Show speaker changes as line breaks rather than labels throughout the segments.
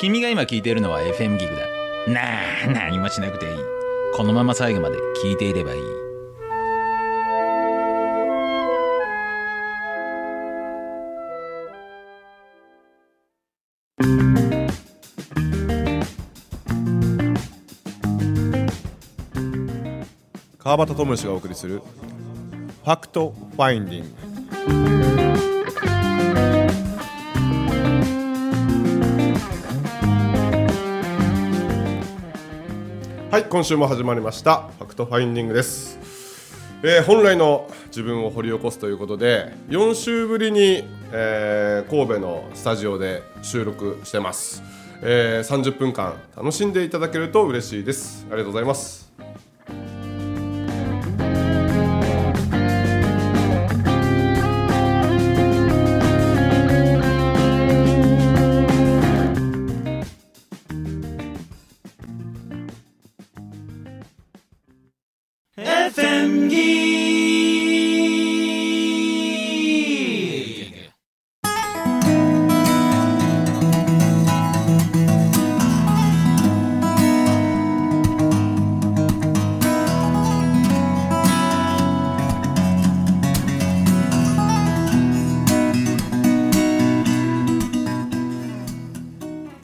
君が今聞いているのは FM ギグだ。なあ、何もしなくていい。このまま最後まで聞いていればいい。
川端智氏がお送りするファクトファインディングはい今週も始まりましたファクトファインディングです、えー本来の自分を掘り起こすということで4週ぶりに、えー神戸のスタジオで収録してます、えー30分間楽しんでいただけると嬉しいですありがとうございます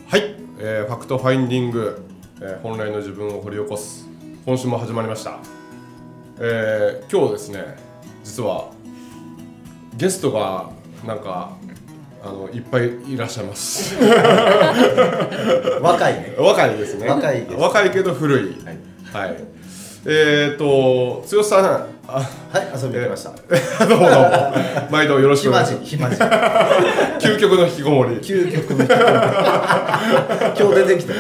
はい、えーファクトファインディング、えー本来の自分を掘り起こす今週も始まりました、えー今日ですね実はゲストがなんかあのいっぱいいらっしゃいます
若いね
若いですね
若いです
若いけど古いはい、えっ、ー、と剛さんあ
はい遊びに来ました
どうもどうも 毎度よろしくお願
暇
いし
人
ます
暇 人
究極の引きこもり
究極の人今日出てきた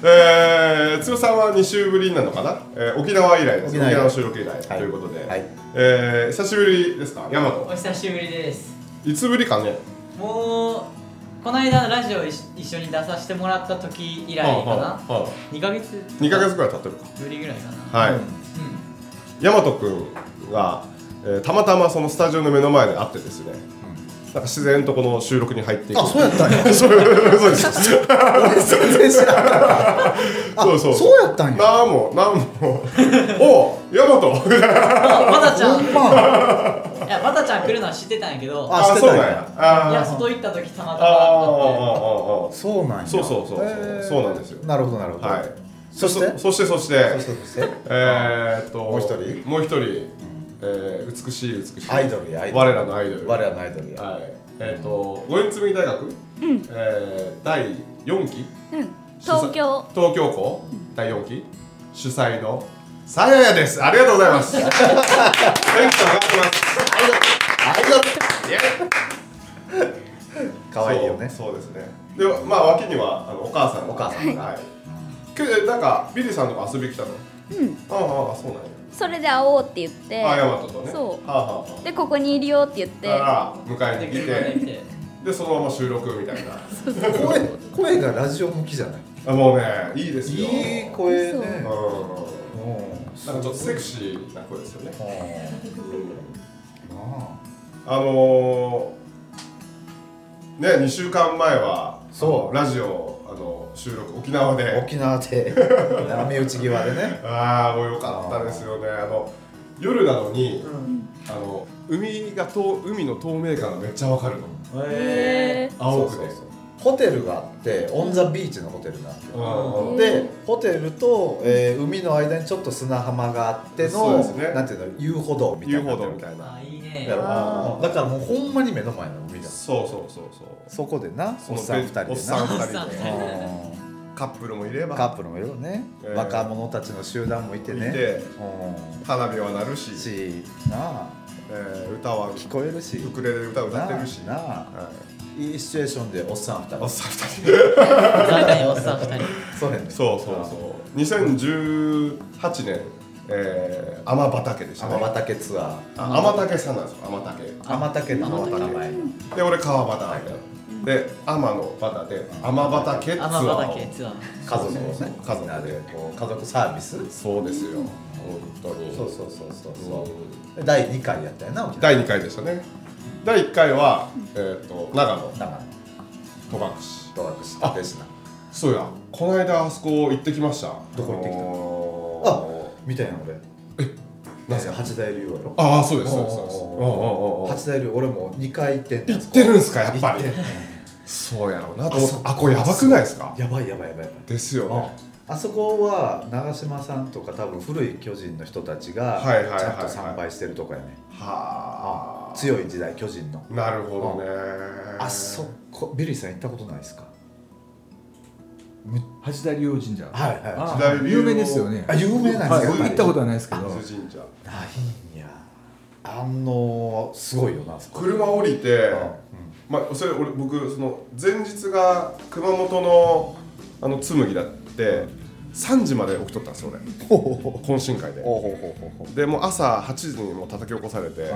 えー、剛さんは2週ぶりなのかな、えー沖縄以来です
沖
沖
縄以
縄の
来
収録以来ということで、
はい
えー久しぶりですかヤマト
お久しぶりです
いつぶりかね
もうこの間のラジオ一一緒に出させてもらった時以来かな、2ヶ月
2か月くらい経ってるか
ぶりぐらいかな
はい、
うん
ヤマト君が、えーたまたまそのスタジオの目の前で会ってですね、なんか自然とこの収録に入っていく
あそうやった んや
そうそうです
俺全然知らなかったあ
そうそう
そうやったんや
なんもなんもおうヤマト
あまたちゃ
ほ
ん
んま
いやまたちゃん来るのは知ってたんやけど
あ知ってた
そうな
んや
んやあ
い
ー
や外行った時た
あ
ま
ーあー
たまあっ
あーあー
そうなんや
そうそうそうそうそうなんですよ
なるほどなるほど
はい。
そして
そしてそして
そしてそして
えーっと
もう一人
もう一人、えー美しい美しい
アイドルやアイドル
我らのアイドル
我らのアイドルや
はいえーっと五輪紬大学、えー第四期
うん、東京
主催東京校第四期主催のさややですありがとうございます Thank you 上がってます
ありがとう可愛いよね
そうそうですねでまあ脇にはあのお母さんが
お母さんが
はいけどなんかビリーさんとか遊びに来たのうんああああそうなんや
それで会おうって言って
あヤマトとね
そう
はあ、はあはあ
でここにいるよって言って
だから迎
て
えに来て
で車で来て
でそのまま収録みたいな
声声がラジオ向きじゃない
あもうねいいですよ
いい声
そう
うん
ね
な
うん
んかちょっとセクシーな声ですよね
うんな
あのー、ね2週間前は
そう
ラジオあの収録沖縄
あ
で
沖 縄で波打ち際でね
ああもうよかったですよねあの夜なのに、あの海がと海の透明感がめっちゃわかるの
へ
へ
青く
そ
ね
うそうそうホテルがあってオン・ザ・ビーチのホテルなんですよ
うんうん
でホテルと、えー海の間にちょっと砂浜があって
そう
の、
ですね
なんていうの遊歩道みたい
遊
にな
歩道
ってる
みたいな
あいい
だ
ね
か
あ
ら
ー
だからもうほんまに目の前の海だ
そうそうそうそう
そこでな
そ
おっ
の
さ
ベ
ん2人でな
おっさん二
おっさ
人
ん二
で
人
うん
カップルもいれば
カップルもいるよね、
えー
若者たちの集団もいてね
いて
う
花火は鳴るし
ん、しなあ
えー歌は
聞こえるし
ウクレレで歌歌ってるし
なあなあ
はい
いシチュエーションでおっさん2
い、おっ
人
さん二人
中におっさん2人
そうやね
そうそうそう2018年、えー、天畑でしたね
天畑ツア
あ天畑さんなんですよ天畑
ー天畑って名前
で俺川端で天の畑で天畑ツア
天
ーを
畑ツアー
家族をね
家族で
みんなでこう家族サービス
そうですよ本当に
そうそうそうそう
う
そ
ん
う第2回やったよな沖縄
第2回でしたね第1回は、えー、と長野
長野
戸隠し
ドラッグス立て
そうやこの間あそこ行ってきました
どこ行ってき
あ
た
の
みたいな俺
ーな
なんぜ
か
八大竜王やろ
ああそうですそうですそうです
おー
うんうんうんうん
八大竜王俺も2回行ってんねん
行ってるんすかやっぱり
行てんねん
そうやろうなと思ってあこれやばくないですか
やばいやばいやばいやばい
ですよね
あそこは長嶋さんとか多分古い巨人の人たちが
はいはいはいはい
ちゃんと参拝してるとこやね
はあ
強い時代巨人の
なるほどね
あそこビリーさん行ったことないですか
む八大竜王神社
はいはい
あ
八大竜王
有名ですよね
あ有名なんです
はい、
か
やっぱり
行ったことはないですけど
伊豆神社
ないんやあのすごいよなあそこ
車降りて
う
まあ、それ俺僕その前日が熊本のあの紬だって3時まで起きとったんですよ俺懇親会で
ほうほうほうほうほう
でもう朝8時にもう叩き起こされて、
う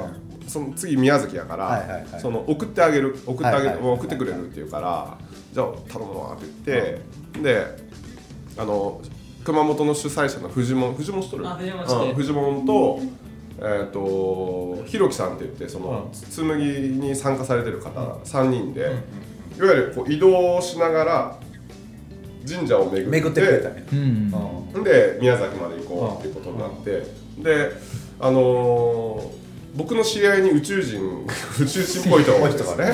その次宮崎やから、
はいはいはい
その送ってあげる送ってあげる、
はいはいはい
送ってくれるって言うからじゃあ頼むわって言って、であの熊本の主催者の藤門藤門しとる
あ藤門知ってる
うん藤門と,、えー、とひろきさんって言ってその、紬に参加されてる方、3人で、いわゆるこう移動しながら神社を巡って
巡ってくれたね
うん
で宮崎まで行こうっていうことになって、であのー僕の知り合いに宇宙人 宇宙人っぽい人が多 いんですね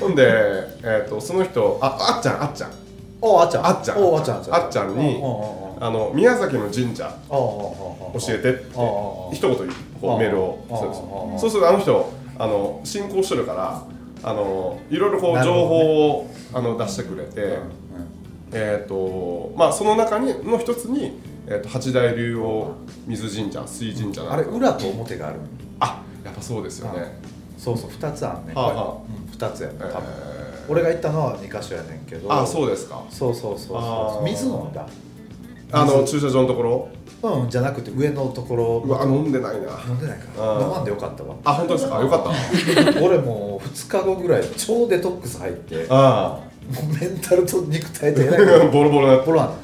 ほんで、えー、とその人ああっちゃんあっちゃん
おあっちゃん
あっちゃん
おあっちゃん
あっちゃんに
おお
あの宮崎の神社
おお
教えてって
おお
一言こうメールを
ああ
そう
あ
で
あ
すそうするとあの人あの進行してるからあのいろいろこう
なる
情
ほどね
報を、あの出してくれて、えーとまあ、その中にの一つに、えー、と八大竜王水神社水神社な
あれ裏と表がある
あやっぱそうですよね
そうそう二つあんねん
はあは
うん二つやねん
え
多分
ー
俺が行ったのは2箇所やねんけど
あそうですか
そうそうそう
あ
そ
ー
う水飲んだ
あの駐車場のところ
うんじゃなくて上のところ
うわ飲んでないな
飲んでないか
あー
ら飲まんでよかったわ
あ本当 ですかよかった
俺もう2日後ぐらい超デトックス入っても
あ
うメンタルと肉体でえらいこ
あ
と
ボロボロな
ボロあんねん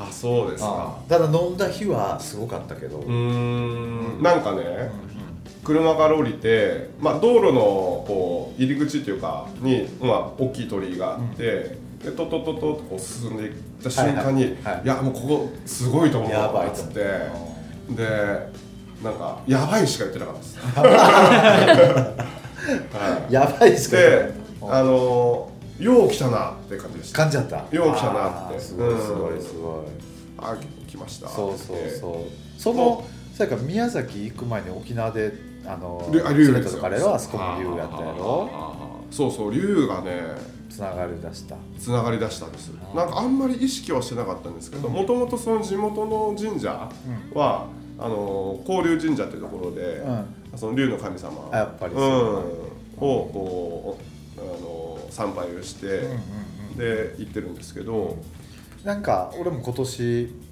あそうですか
ただ飲んだ日はすごかったけど、
うーんなんかね車から降りて、まあ、道路のこう入り口というかに、まあ、大きい鳥居があって、でトトトトとこう進んでいった瞬間に、
はいいはいはい
やもうここすごいと思う
やばい
っ
と
つっ
思う
てでなんか「やばい」しか言ってなかった です。はい
やばいしか
で
うん
あのよう来たなって感じでした。
感じだった
よう来たなって
あーすご
う
い
ん
すごいすごい、
あ来ました
そうそう
う
そうそのさやから宮崎行く前に沖縄であの
竜あ竜
連
で
れ
す
と
よ
かあれはあそこも竜やったやろ
そうそう竜がね
つながりだした
つながりだしたんですなんかあんまり意識はしてなかったんですけどもともとその地元の神社は、あのー交流神社というところで、その竜の神様
あやっぱり
うん
そうなん
をこう、あのー参拝をして、で行ってるんですけど、
なんか俺も今年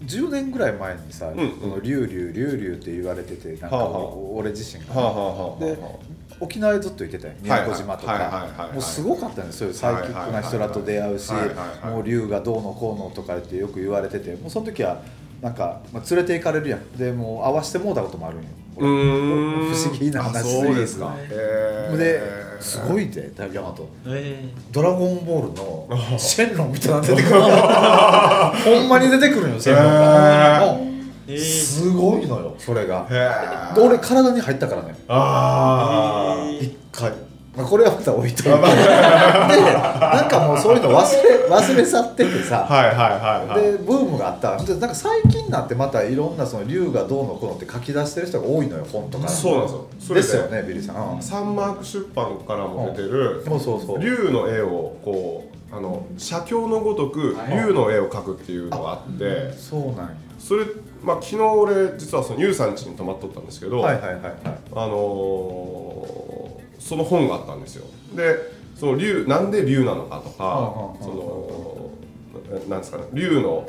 10年ぐらい前にさ、
んうん
この竜竜竜竜って言われててなんか、
はあはあ
俺自身が、
はあはあはあ
で
は
沖縄でずっと行ってたよ宮古島と
はいはいはいはいはい
かもうすごかったんですよサイキックな人らと出会うし
はいはいはいはい
もう竜がどうのこうのとかってよく言われててもうその時はなんか、まあ、連れて行かれるやんでもう会わしてもうたこともあるんよ
あうーん
不思議な話
あそうですか
す
へー
ですごいで大和
え
ドラゴンボール のシェンロンみたいなの出てくるほんまに出てくるんよシェンロンが
へ
え
うん
えー、
すごいのよそれが
へー
で俺体に入ったからね
あー
一回、まあ、これはまた置いといてでなんかもうそういうの忘れ忘れ去っててさ
はいはいはいはい
でブームがあったでなんか最近になってまたいろんなその竜がどうのこうのって書き出してる人が多いのよ本とか
そうなんですよ
です
それ
よねビリーさん、うん
サンマーク出版からも出てる、
そうそうそう
竜の絵をこうあの写経のごとく竜の絵を描くっていうのがあって
そうなんや
それ、まあ、昨日俺実はそのユウさん家に泊まっとったんですけど、
はいはいはいはい
あのーその本があったんですよでその竜なんで竜なのかとか
うんうんうん
そのななんですかね竜の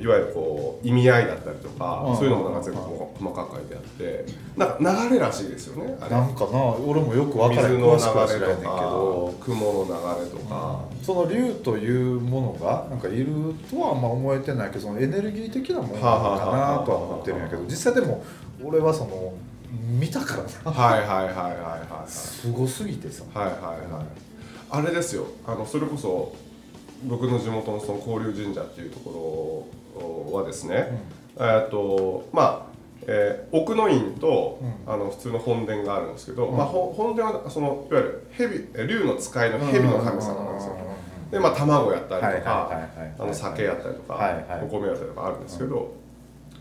いわゆるこう意味合いだったりと
うんう
か
ん
そういうのもなんか全部細かく書いてあってなんか流れらしいですよねあれ
なんかな俺もよく分から
水
へん
の
詳
流
しくは知らへ
れ
んねん
と
け
か
ど
雲の流れとか、
その竜というものがなんかいるとはあんま思えてないけどそのエネルギー的なものなのかなとは思ってるんやけど実際でも俺はその見たからな
はいはいはいはいはいはい
すごすぎてさ
はいはいはいあれですよあのそれこそ僕の地元のその交流神社っていうところはですね、えーっとまあえー奥の院と、
う
あの普通の本殿があるんですけど、
うん
まあ、ほ本殿はそのいわゆる蛇え竜の使いの蛇の神様なんですよ。でまあ卵やったりと
はいはい
か
はいはい
あの酒やったりとか、
はいはい
お米やったりとかあるんですけど、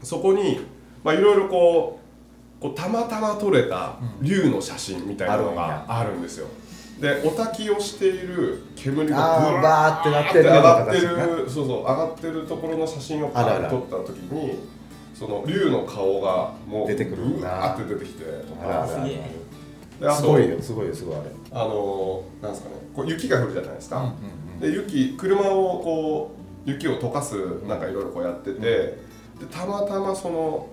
そこにまあいろいろこうこうたまたま撮れた竜の写真みたいなのがあるんですよ。でお焚きをしている煙が
あー
ブ
バーってなってる
上がって
ような形
るそうそう上がってるところの写真をパ
あら
ー
あ
ッ
ら
と撮った時にその竜の顔がもう
出てくる
うわーって出てきて
あらあら
すげえ
であと
すごいよすごいよすごいあれ
あのなんですかねこう雪が降るじゃないですか、
うん
で雪車をこう雪を溶かすなんかいろいろこうやってて、でたまたまその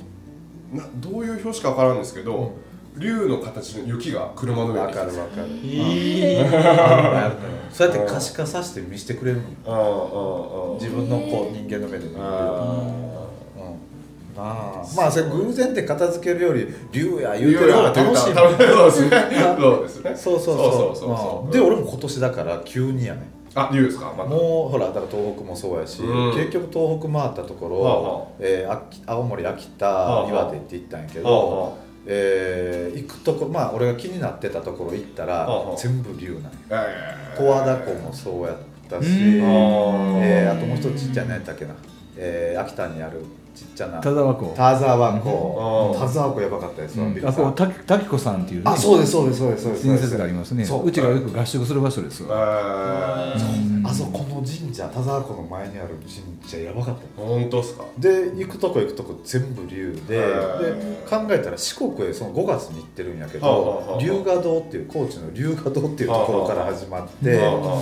などういう表紙かわからんですけど、竜の形の雪が車の上に
わかるわかる
え
そうやって可視化させて見せてくれる
うんうんう
の
ん
自分のこう人間の目で見るよ
あ
うなあーまあそれ偶然って片付けるより竜や言う
ー
てる方が楽しいもん
楽しいそうですねそうですね
そ
そうそう
うそうそ
そううそう
うんで俺も今年だから急にやね
あ竜ですかまた
もうほらだから東北もそうやし、
うん
結局東北回ったところ、
はあはあ
えー秋青森秋田、
あはあ
岩手って行ったんやけど、
はあはあ
えー行くとこまあ俺が気になってたところ行ったら、
はあはあ
全部竜なんや
え
十和田湖もそうやった
う
し、
ん
えーあともう一つちっちゃいのやったっけな、えー秋田にあるちっちゃな
田沢湖
田沢
う
湖
ん
田沢湖やばかったですわ、びっく
あ
りした
こうた滝子さんっていうね
あそうですそうですそうですそうです
親切がありますね
そう
うちがよく合宿する場所ですわ
え
あそこの神社田沢湖の前にある神社やばかった
本当っすか
で行くとこ行くとこ全部竜でで
へ
考えたら四国へその5月に行ってるんやけ
はあはあは
ど
あ
龍河洞っていう高知の龍河洞っていうところから始まって
はあはあ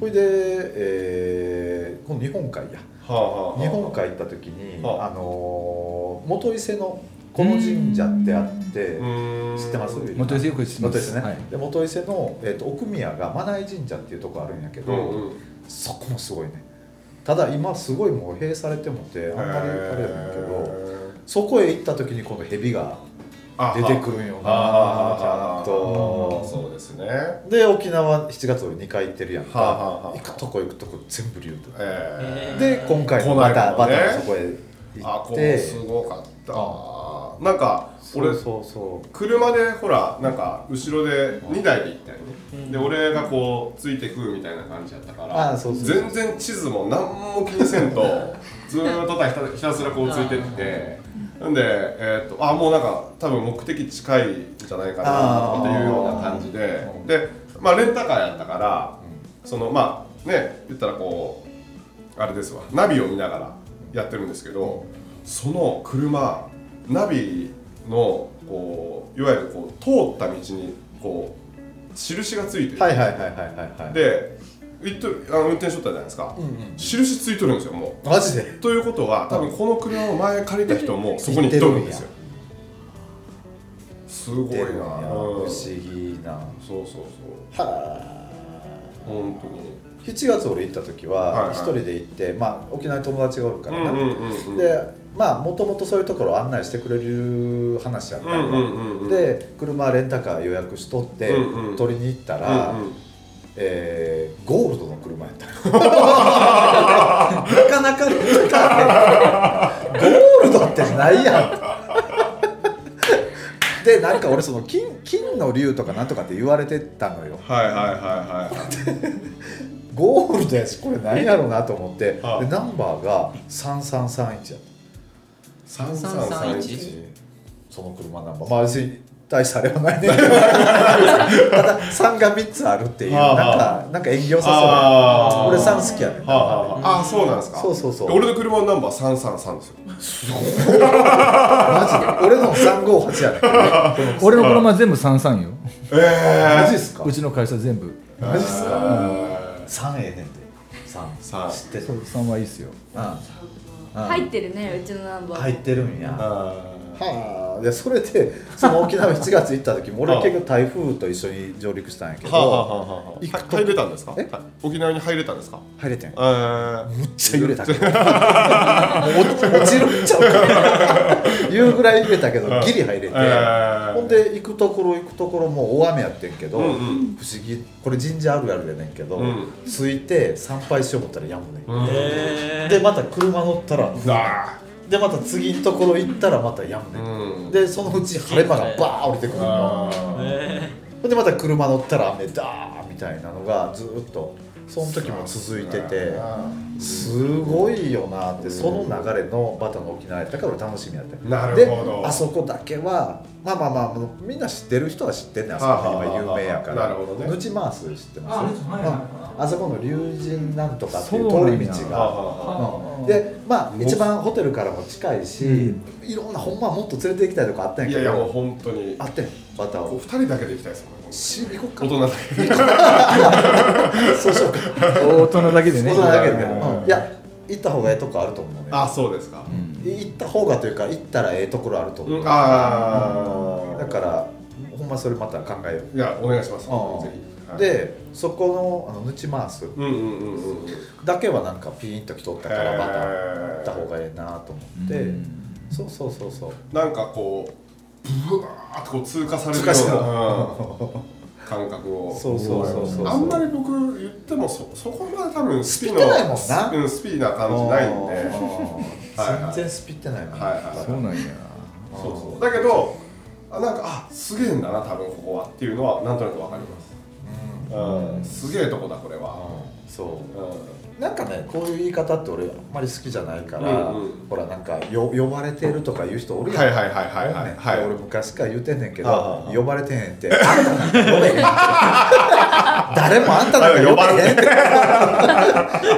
ほいで、えー、今度日本海や
はあはあはあ
日本海行った時に、
はあ
あのー元伊勢のこの神社ってあって
うーん
知ってます
元井よく知ってま
元伊
す
勢ね、
はい
で元伊勢の、えー、と奥宮が真名井神社っていうとこあるんやけ
う
ど、
んうん
そこもすごいねただ今すごいもう閉鎖されてもてあんまりあれやねんけどそこへ行った時にこの蛇が出てくるんよなちゃん
あー
と
そうですねは
で沖縄7月俺2回行ってるやん
あは
か
あは
行
あ
くとこ行くとこ全部竜だ
え
ー
で今回も
来な
ま
いから
た
ね
またそこへ
ーあ
行
こ
っ
こ
て
すごかったなんか
そ
俺
うそうそ
車でほらなんか後ろで2台で行ったよね、
うん
で俺がこうついてくみたいな感じだったから
あそうそう
全然地図も何も気にせ んとずーっとただひたひたすらこうついてってなんで、えー、とあもうなんか多分目的近いんじゃないかなっていうような感じで
あー
で、まあ、レンタカーやったから、そのまあね言ったらこうあれですわナビを見ながらやってるんですけどその車ナビのこういわゆるこう通った道にこう印がついて
う
る、
はいはいはいはいはいはい
で行っとるあの運転しとったじゃないですか、
うんうん
印ついとるんですよもう。
マジで
ということは多分この車を前借りた人もそこに行っとるんですよ。すごいな。
出るんや不
うん
思
そう
議な
そうそう。
は
本当に。
あ7月俺行った時
はい
は
はい
一人で行ってまあ沖縄に友達がおるからな
うん
でまあもともとそういうところを案内してくれる話やった
う
のよ
んうんうんうん。
で車レンタカー予約しとって、
うんうん
取りに行った
うん
ら、
うん
えーゴールドの車やった なかなかレンタカーねゴールドってないやんでなんか俺その金金の竜とかなんとかって言われてたのよ
はいはいはいはい。
ゴールドやしこれ何やろうなと思ってで
ああ
ナンバーが3331やった
三
3331
その車ナンバーまあ別に大したあれはない ねただ3が3つあるっていうなん
あ
かなんか縁起良さ
あ
そ
あ。
う俺3好きやね
はあはあ。あそうなんですか。
そうそうそう
俺の車のナンバー三三三ですよ。
マジで俺の358やね
俺の車全部33よ
え
マジっすか
うちの会社全部
マジっすか
え。
3ええねんて
三
3。知ってる
そう3はいいっすよ
うんうん
入ってるねうちのナンバー
入ってるんや
あ
はあでそれでその沖縄7月行った 時も俺は結局台風と一緒に上陸したんやけど、
はあ、はあはあはあ、
行くと
入れたんですか
え
沖縄に入れたんですか
入れてんめっ
えー、
ちゃ揺れたけ どもう落ちるんち ゃうかないうぐらい揺れたけどギリ入れ
え
て、
ー
ほんで行くところ行くところもう大雨やってんけど、
うんうん
不思議これ神社あるあるやねんけど、
うん
着いて参拝しよう思ったらやむねん、
うん
へ
でまた車乗ったら
なあ
でまた次のところ行ったらまたやむねん、
うん
でそのうち晴れ間がバー降りてくるの
あ
え
ほんでまた車乗ったら雨だーみたいなのがずーっとその時も続いててすごいよなってその流れのバタの沖縄やったから俺楽しみやった
なるほど
であそこだけはまあまあまあもうみんな知ってる人は知ってんねんあそこ
はあはあ
今有名やから
なるほどね
ヌチマース知って
あ
ます
はいはい
う
はい
んあそこの竜神なんとかっていう
そうな
通
ん
り
や
道
あ
が
はあ
うんでまあ一番ホテルからも近いし、
うん
いろんなほんまはもっと連れて行きたいとかあったんや
い
け
や
ど
いやもう本当に
あってんバター
こう
を
二人だけで行きたいですもんね
し行こっか
大人だけで
そうしようか
大人だけでね
大人だけでね、
うん
うんいや行った方がええとこあると思うね
あそうですか、
行った方がというか行ったらええところあると思う、
うんああ
だからほんまそれまた考えよ
いやお願いします
う、
ぜ
うん
ひ、はい、
でそこのあのヌチマース
うんうんうんうんうん
だけはなんかピーンときとったから
へー
また行った方がええなと思って、
うん
そうそうそうそう
なんかこうブワーッとこう通過される
通過した
ような、うん感覚を
そうそうそうそう
あんまり僕言ってもそそこまで多分スピの
知ってないもんな
うん、スピな感じ ないんで
あー
はいはい
全然スピってないもんね
はいはい
そうなんや
そうそうだけどあなんかあすげえんだな多分ここはっていうのはなんとなくわかります、うんすげえとこだこれは、
うんそう
うん
なんかねこういう言い方って俺あんまり好きじゃないから、
うんうん
ほらなんかよ呼ばれてるとか言う人おるやん、
はいはいはいはいはい
ね
はい
俺昔から言うてんねんけど、
はあはあ
呼ばれてへんってあんたなんか呼べへんって誰もあんたなんか呼べへんって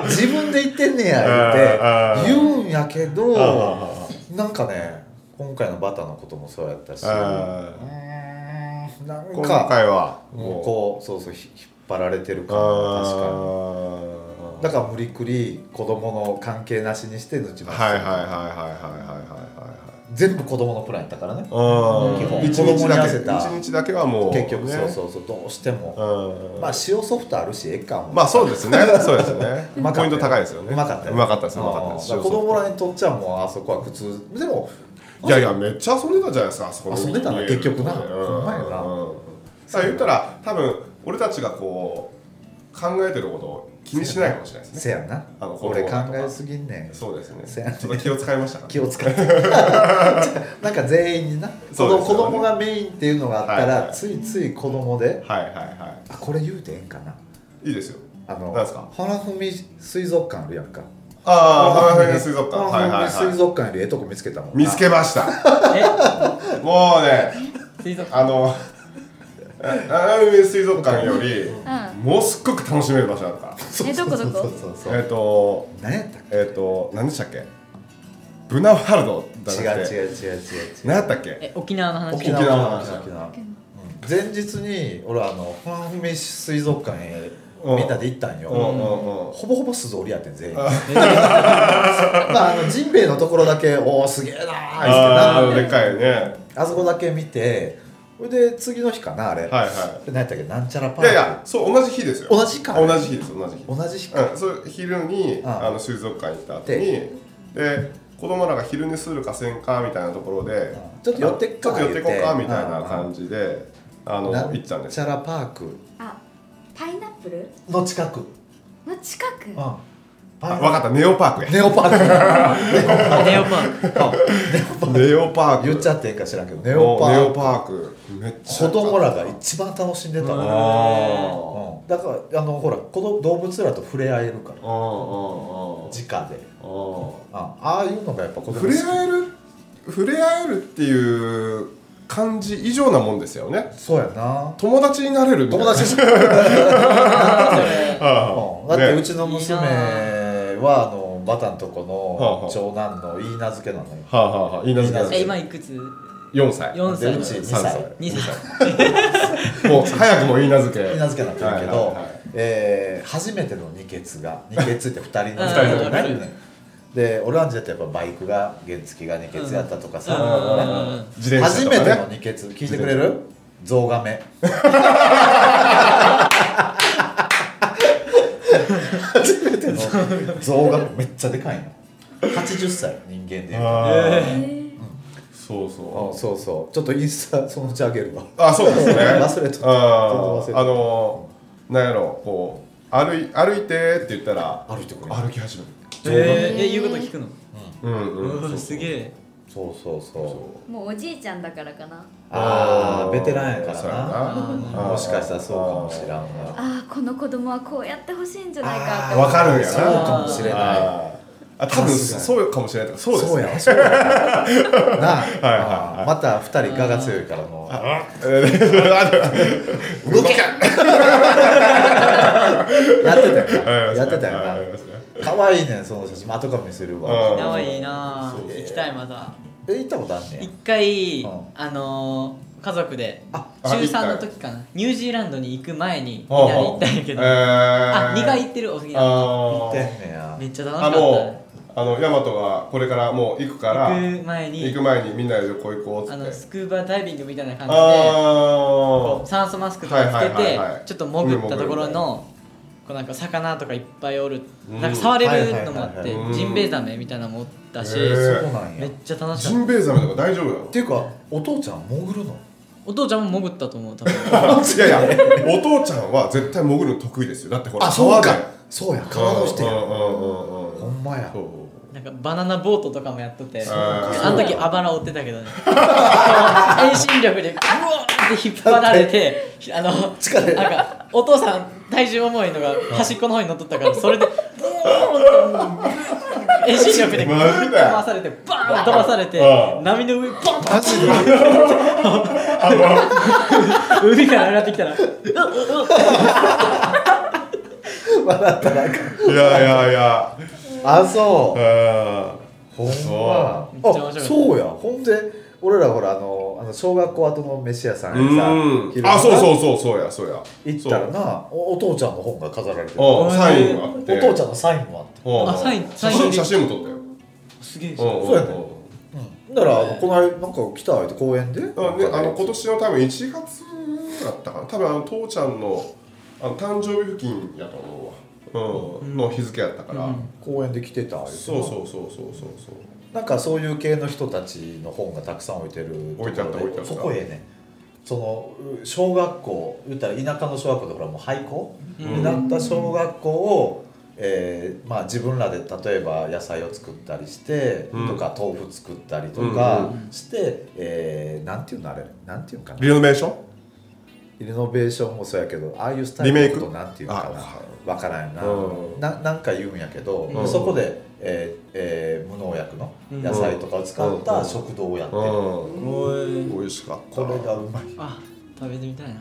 自分で言ってんねや言うて言うんやけど
はあは
なんかね今回のバターのこともそうやったしう
あー
ーんなん
今
か
回は
もう
こ
こうそうそうひ引っ張られてる
う
感が確かに。
あー
だから無理くり子供の関係なしにして抜きます、
はいはいはいはいはい
全部子供のプランやったからね
はいはいはいうん
基本子供に合わせた
一日だけはもう
結局そう
う
そうそうどうしても、
うん
まあ塩ソフトあるしええかも
まあそうですねそうですね
うま
ポ
かった
イン
よ
ト高いですよね
うまかったよ
うまかったですうまかったです
うんだから子供らにとっちゃもうあそこは普通でも
いやいやめっちゃ遊んでたじゃないですかあそこの
遊んでたな
家
結局な
うん
ほんまやな
うんさあ言ったら多分俺たちがこう考えてることを気にしないかもしれないです
せ
ね
やな
あの
俺
子供
考
らとか
えすぎんねん
そうですね
せやね
ちょっと気を使いましたか
気を 使ってなんか全員にな
そ
そう
で
の
すよね
子供がメインっていうのがあったら、
はいはい
ついつい子供で
はいはいは
あこれ言うてええんかない
いいですよ
あの
なんすか
花文水族館あるやんか
ああ花火水族館はいはい
花文水
はい
族館よりええとこ見つけたもんな
見つけましたもうね
え水族館
あの花火水族館よりもうすっごく楽しめる場所だった
えどこどこ
そうそうそう
えっと
何やったっ
えっと何でしたっけブナワールド
け
だ
違う
なくて
違う違う違う違う
何やったっけ
え沖縄の話
沖縄
沖縄前日に俺あのファンフメ水族館へ
うん
みんなで行ったんよ、
うんうんうん
ほぼほぼ素通りやってん全員ま ああのジンベエのところだけおおすげえなーって
あ
な
ーでかいね
あそこだけ見てそれで次の日かなあれ、
はいは
何やったっけなんちゃらパー
いい
ク
やいやそう同じ日ですよ
同じか
同じ日です同じ日
同じ日か、
うんそう昼に
ああ
あの水族館行った後にで子供らが昼寝するかせんかみたいなところで
あちょっと寄ってっか
ちょっと寄ってこうかみ
言うて
たいな感じであの
な
行ったん
ん
です
ちゃらパーク
あパイナップル
の近く、うん、
の近く
パ
あわかったネオパークや
ネオパークネオパーク
ネオパーク
ネオパーク
言っちゃっていいか 知らんけどネ
ネ
オ
オ
パ
パ
ー
ー
ク
クめっち
子
ゃ
供らが一番楽しんでた
ああ
わうんだからあのほら子供動物らと触れ合えるから
ああ
直で
あ
あああいうのがやっぱ子供
触れ合える触れ合えるっていう感じ以上なもんですよね
そうやな
友達になれるみたい
友
な
達です、うん だってう
ち
ちの娘はあのバタンとこの長男のいい名付けなのよ
はあはあはあいいなずけなん
え
です
今いくつ
4歳
4歳
でうち2
3
歳
歳
2 歳
もう早くもいいなずけ
いい名付けなってるけど、
はいはいはい
えー初めての二血が二血って二人の
う
二
ん
人の
うん
ねでオランジェってやっぱバイクが原付が二欠やったとかさ、
うん
ね
自転車
初
と
め
か
ての
ね
二欠聞いてくれるゾウガメ初めてのゾウガメめっちゃでかいの80歳の人間でいうと
あ
え
ー
ー
そう
あ
そ
そうそうちょっとインスタそのうちあげるわ
うあそうですね
忘れと
あー
った忘れとった
あのーなんやろこう歩い歩いてって言ったら
歩いてくれる
歩き始め
えー、え言うこと聞くの
るうんうん
うわすげえ
そうそうそう
もうおじいちゃんだからかな
ああベテランやから
そうや
な
な
もしかしたらそうかもしらん
あ
が
ああこの子供はこうやってほしいんじゃないかって
ーわかるんやな
そうかもしれない
あーあ多分そうかもしれないとかそうですね
やそうやなあ
はいはい
あーまた二人我が強いからの
動け
やってたよ
あり
なや
ま
っ
す
て
ね
た
あり
よ
ますね
な可愛いねんその写真後から見せるわ
うん
かわいいな
そう
行きたいまた
え行ったことあんね
一
ん
回
うん
あのー家族で
あ
あ
中3
行
の
った
時かなニュージーランドに行く前にみん
ほう
なで行
ほ
っ
う
たんやけど
え
あ
ー
2回行ってるおすぎな
あ
行ってん
ー
ねや
めっちゃ楽しか
あ
った
もうあのヤマトがこれからもう行くから
行く前に
行く前にみんなで旅行行こうっつ
あ
っ
の
て
スクーバーダイビングみたいな感じでこ
あ
う酸素マスクとかつけて、
はいはいはいはい
ちょっと潜ったところのこうなんか魚とかいっぱいおる、
うん
なんか触れるのもあって、
はいはい
はいはい
ジンベエザメみたいなのもおったし、
へー
そうなん
め
や
っ
っ
ちゃ楽
あ
し
ジ
かった
ンベエザメとか大丈夫なの
ていうかお父ちゃん潜るの
お父ちゃんも潜ったと思 う多分
いやいや、お父ちゃんは絶対潜るの得意ですよ。だってほら、川で
そうや川のして
うんう
や
んうんうん
ほんまや
そう
なんかバナナボートとかもやっとって
あー
あの時あばら追ってたけど ね遠心力でグワーって引っ張ら れてあの
力で
なんかお父さん体重重いのが端っこの方に乗っとっ たからそれでブーンって遠心力でグー
マ
ッ
ジ
と
で
回されてバーン飛ばされて
あー
波の上にバン
マジで
と海から上がってき たらうっうっ
笑ったなんか
いやいやいや、
あそう
う
ほんま
めっちゃ面白かった
あそうやほんで俺らほらあのあの小学校後の飯屋さんにさ
んうん
昼。間
あ、そうそうそう、そうや、そうや。
行ったらなおお父ちゃんの本が飾られてて
そううん、
えー
サインがあ
お
って。
父ちゃんのサインもあって
うん
あサイン
写
サイン入
真
り
写真も撮ったよ。
すげえ
うん
そうやねだから、あのこの間なんか来たって公園で、
うんであの今年の多分1月だったかな多分あの父ちゃんのあの誕生日付近やと思うわ、うんの日付やったから、
うん
公園で来てた言てな
そうそうそうそうそうそう
なんかそういう系の人たちの本がたくさん置いてるとこ
置
ろで
いてあった置いてあった
そこへねそのう小学校言ったら田舎の小学校でほらもう廃校、
うん
になった小学校を、えーまあ、自分らで例えば野菜を作ったりして、
うん
とか豆腐作ったりとか
うん
うん
して、えーなんていうのあれなんていうのかな
リノベーション
リノベーションもそうやけどああいうスタイル
リメ
の
イク
ことなんていうのか
あ
なわからんよな,、
うん
ななんか言うんやけど、
うん
そこで、えーえー無農薬の野菜とかを使っ
う
た
ん
食堂をやってる、
うん、美味しかった
これがうまい、うん、
あ食べてみたいな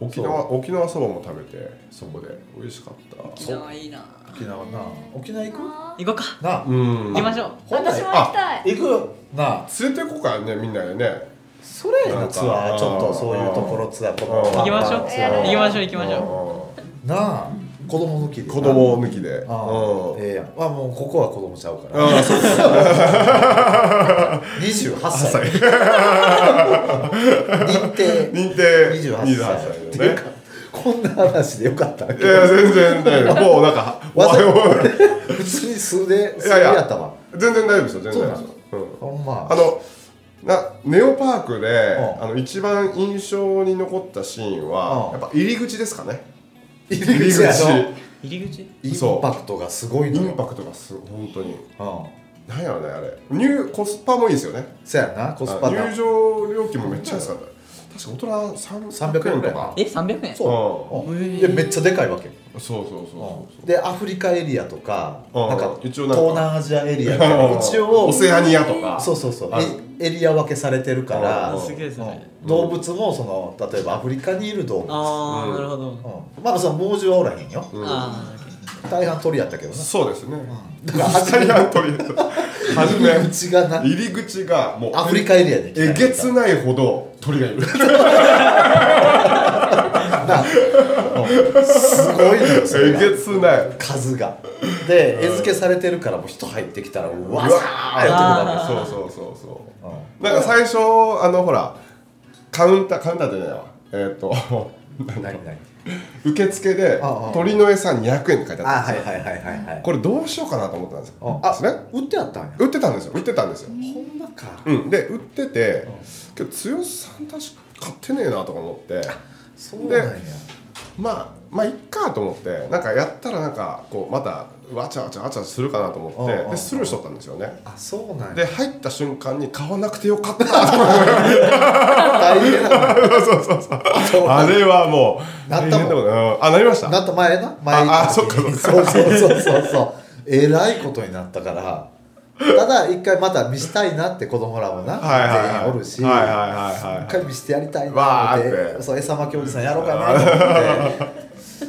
沖縄沖縄そばも食べてそこで美味しかった
沖縄いいな
沖縄な沖縄行く
あ
行こうか
なあ
うん
行きましょう
ー
ほんな
私も行きたい
行くよなあ
連れてこうかねみんなでね
それ
なんか
ツアーちょっとそういうところツアーこの
うん
行きましょう
あ
行
ー
きましょう行きましょ
ょ
うなあ子供抜きで
う
な
子供抜きで
ああええやんあもうここは子供ちゃうか
うん
ら
あそうです
28歳 認定
認定
28歳って
だ
い
よね
うかこんな話でよかった
いや全然大丈夫 もうなんか
わざ
もう
普通に素で素
い
で
やいや
やったわ
全然大丈夫ですよ全然大丈夫うん
ほんま
あのなネオパークで、
うん
あの一番印象に残ったシーンは、
うん
やっぱ入り口ですかね
入
入り口
やろ
う入り口
イ
そう
ンパクトがすごい
イ
の
ンパ
よ
クトがす本当に
うん
なんやろねあれ入コスパもいいですよね
そやなコスパ
あ
だ
入場料金もめっちゃ安かった確か大人300
300
円
円ぐ
と
らい
か
え300円
そう
う
うんんでめっちゃでかいわけ
そうそうそうそう
でアフリカエリアとか
うん
なんか
一
東
応なんか
南アジアエリアと
うん
か一応
オセアニアとか
そうそうそう
あ
えエリア分けされてるか
あ
ら
すげえですね
うん動物もその例えばアフリカにいる動物
あ
う
あ
ん
なるほど
うんまだその猛獣はおらへんよ
うん
ああ
大半鳥やったけどな
そうですね
だから
イタリアンとりあえず初め
入り口がな
入り口がもう
アフリカエリアで
えげつないほど鳥がいる
すごいのよそれ
え
が
げつない
数がで餌付けされてるからもう人入ってきたらうわーってやってくるわ
そうそうそうそう
けです
なんか最初あのほらカウンターカウンターじゃないわえーっと
うん何何
受付で
あああ
鳥の餌200円って書いてあ
あ
ったん
はい
ですよ
はいはいはいはい
これどうしようかなと思ったんですよ
あ
ですね
売ってあったんや
売ってたんですよ売ってたんですよ
ほんまか
うんで売っててけど剛さん確か買ってねえなとか思って
そうなんや
まあまあいっかと思ってなんかやったらなんかこうまたわちゃわちゃわちゃわちゃするかなと思
ああ
っ
あ
て
あ
でスルーしとったんですよね
あそうなん
で
や
入った瞬間に買わなくてよかった と思って
大変な
そうそうそう
そう
あれはもう
なったも
大変
ん
だうんあなりました
なった前な前
ああそっかそっか
そうそうそうそうそうえらいことになったからただ一回また見したいなって子供らもな
はいはいはい
全員おるし
はいはいはいはい
一回見してやりたいな
わー
っ
って
てそう餌巻きおじさんやろうかなと思 って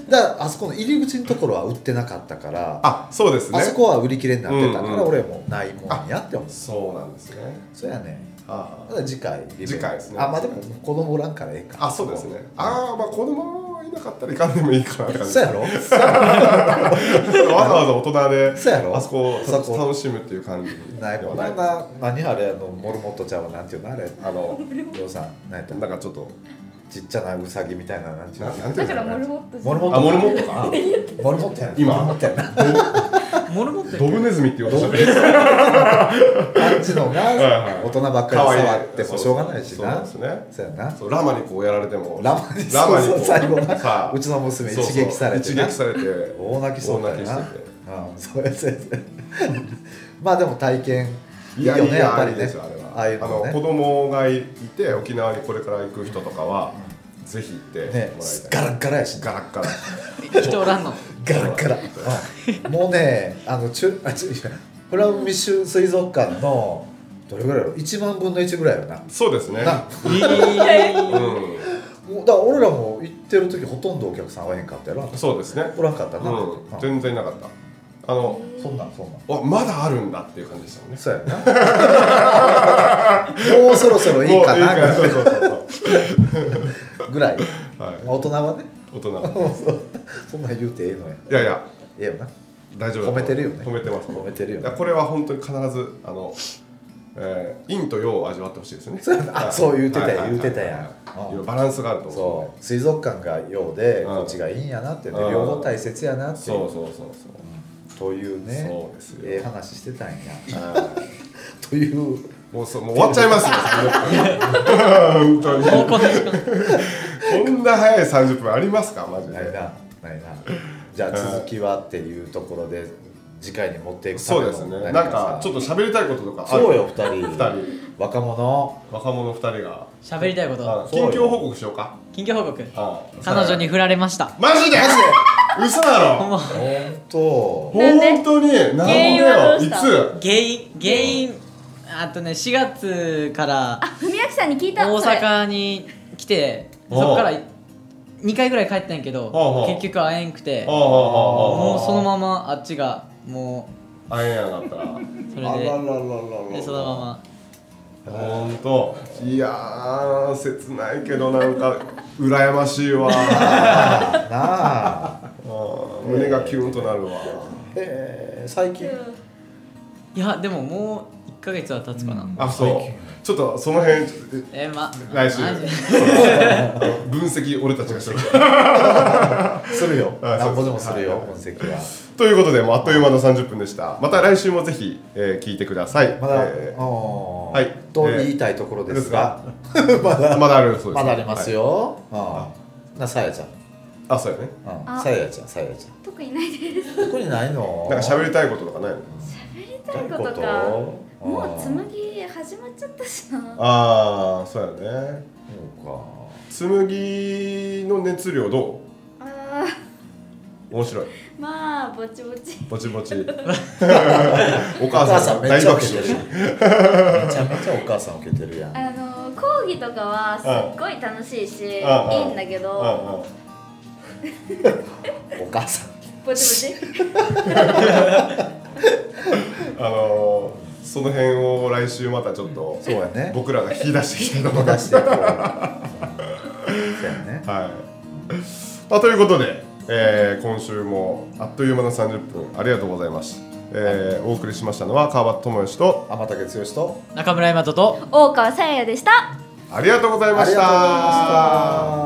だからあそこの入り口のところは売ってなかったからあ,、
あそうですね
そこは売り切れになってたから、
うんうん
俺もうないもんやって思う
そうなんですね
そうやね
あ
ただ次回リベンジ
次回ですね
あまあでも子供おらんからええか
あそうですねああまあ子供いなかったらいかんでもいいかなって感じ
そうやろ
わざわざ大人で
そうやろ
あそこを
そこ
楽しむっていう感じ
ない
で
も
はない
んなな何あれあのモルモットちゃんはなんていうのあれ
あの
ようさん何やった
なんかちょっと
ちっちゃなウサギみたいななんていう
な
の
なんてい
だ
うんです
から
か
モル
ね
モ
モルモ
ット
ット
あモルモットかな
モルモットや
今
なモルモットやな
モルモット
ドブネズミって言おうとした
感じのが
はいはい
大人ばっかり触ってもしょうがないし
そうなん
な
です
そ
ね
うやな
そうラマにこうやられても
ラマに
ラマに
そう
こう
そう最後な
さ
うちの娘一撃されて
そうそう一
な
撃されて
大泣きそうだよ
大
な
泣きしてて
うんそうやそうやそうやまあでも体験いいよ
い
ねやっぱり
いいで
ね
すよあれは
ああいう
あ
の
の子
ね
供がいて沖縄にこれから行く人とかはぜひ行ってもらい
ね
た
ガ
い
ラッガラやしな
ガラッガラ
人おらんの
ガラガラうんもうねあの中あちフラミッシュ水族館のどれぐらいやろ1万分の1ぐらいよな
そうですね
な
う
もうだから俺らも行ってる時ほとんどお客さんはへんかったやろ
んそうですね
おらんかったな、
うん
うん
全然なかったあの
そんなんそんなん
わまだあるんだっていう感じでしたもんね
そう やなもうそろそろいいか
もういいかな
な
そうそうそう
ぐらい
そうはい
大人はね
大人
そんなん言うてええのや
いやいや
ええよな
大丈夫だと思う
褒めてるよね
褒めてます
褒めてるよ
い
ね
やこれは本当に必ずあの、えー、陰と陽を味わってほしいですね
そうやな あそう言うてたやん
はい
言うてたやん
はいはいはい
うん
バランスがあると思
そう水族館がようで、
うん
こっちがいいんやなって、ね
うん
両方大切やなって
そうそうそうそうそう
というね
そうですよ
ええ話してたんや
はい
という
もうそうもう終わっちゃい ますよ本当に
もうこんな時間
こんな早い30分ありますかマジで
ないなないなじゃあ続きはっていうところで次回に持っていくた
そ
めの
うですね
何
なん
さ
かちょっと喋りたいこととかある
そうよ2
二
人
人
若者
若者二人が
喋りたいこと
あ近況報告しようか
近況報告
ああ
彼女に振られました
マ ジでマジで嘘だろ
もう
本当
なんで
本当になんで
原因は
よ
どう
い
した
つ
原因原因あとね4月から
あ宮城さんに聞いた
大
それ
阪に来て
おう
そこから2回ぐらい帰ったんやけ
おうお
ど
う
結局会えんくて
ああああああ
もうそのままあっちがも
あえんやなったら
うそ
あら
れ
ららら
で
ら
でそのまま
ほんといやー切ないけどなんか羨ましいわ
あなあ
あー胸がキュンとなるわ
えー最近
いやでももう1ヶ月は経つかな、
あそうちょっとその辺ちょっと
えま
来週
マジで
分析俺たちがしてる
するよ
あそうです
何ぼでもするよ
はい
分析は
ということでもうあっという間の30分でしたまた来週もぜひ、えー聞いてください
まだ
え
お
は
ー
い
と言いたいところですが
ーまだあるそうです
まだあります
よ、
ようんなさやちゃ
は
ん
いあそうやね
うん
あ
さやちゃんさやちゃん
特にないです
特にないの
なんか喋りたいこととかないの
聞きたいこと
どういうこ
か
と
もう紬始まっちゃったしな
ああそうやね
そう
紬の熱量ど
あ
う面白い
ーまあぼちぼち
ぼちぼちお
かお
母
母
さ
さん
ん
め
大
っちゃ
爆
受けてる
笑
めちゃめちゃお母さん受けてるやん
あの講義とかはすっごい楽しいしい
うん
いんだけど
う
お母さん
ぼちぼち
んうんあのーその辺を来週またちょっと
そうやね
僕らが引き出していきたいと思い
出
ま
し
す
てこうそうやね
はいまあ、ということで、えー今週もあっという間の30分ありがとうございました、えーお送りしましたのは川端智義と
天竹剛と
中村大和と
大川さややでした
ありがとうござい
ありがとうございました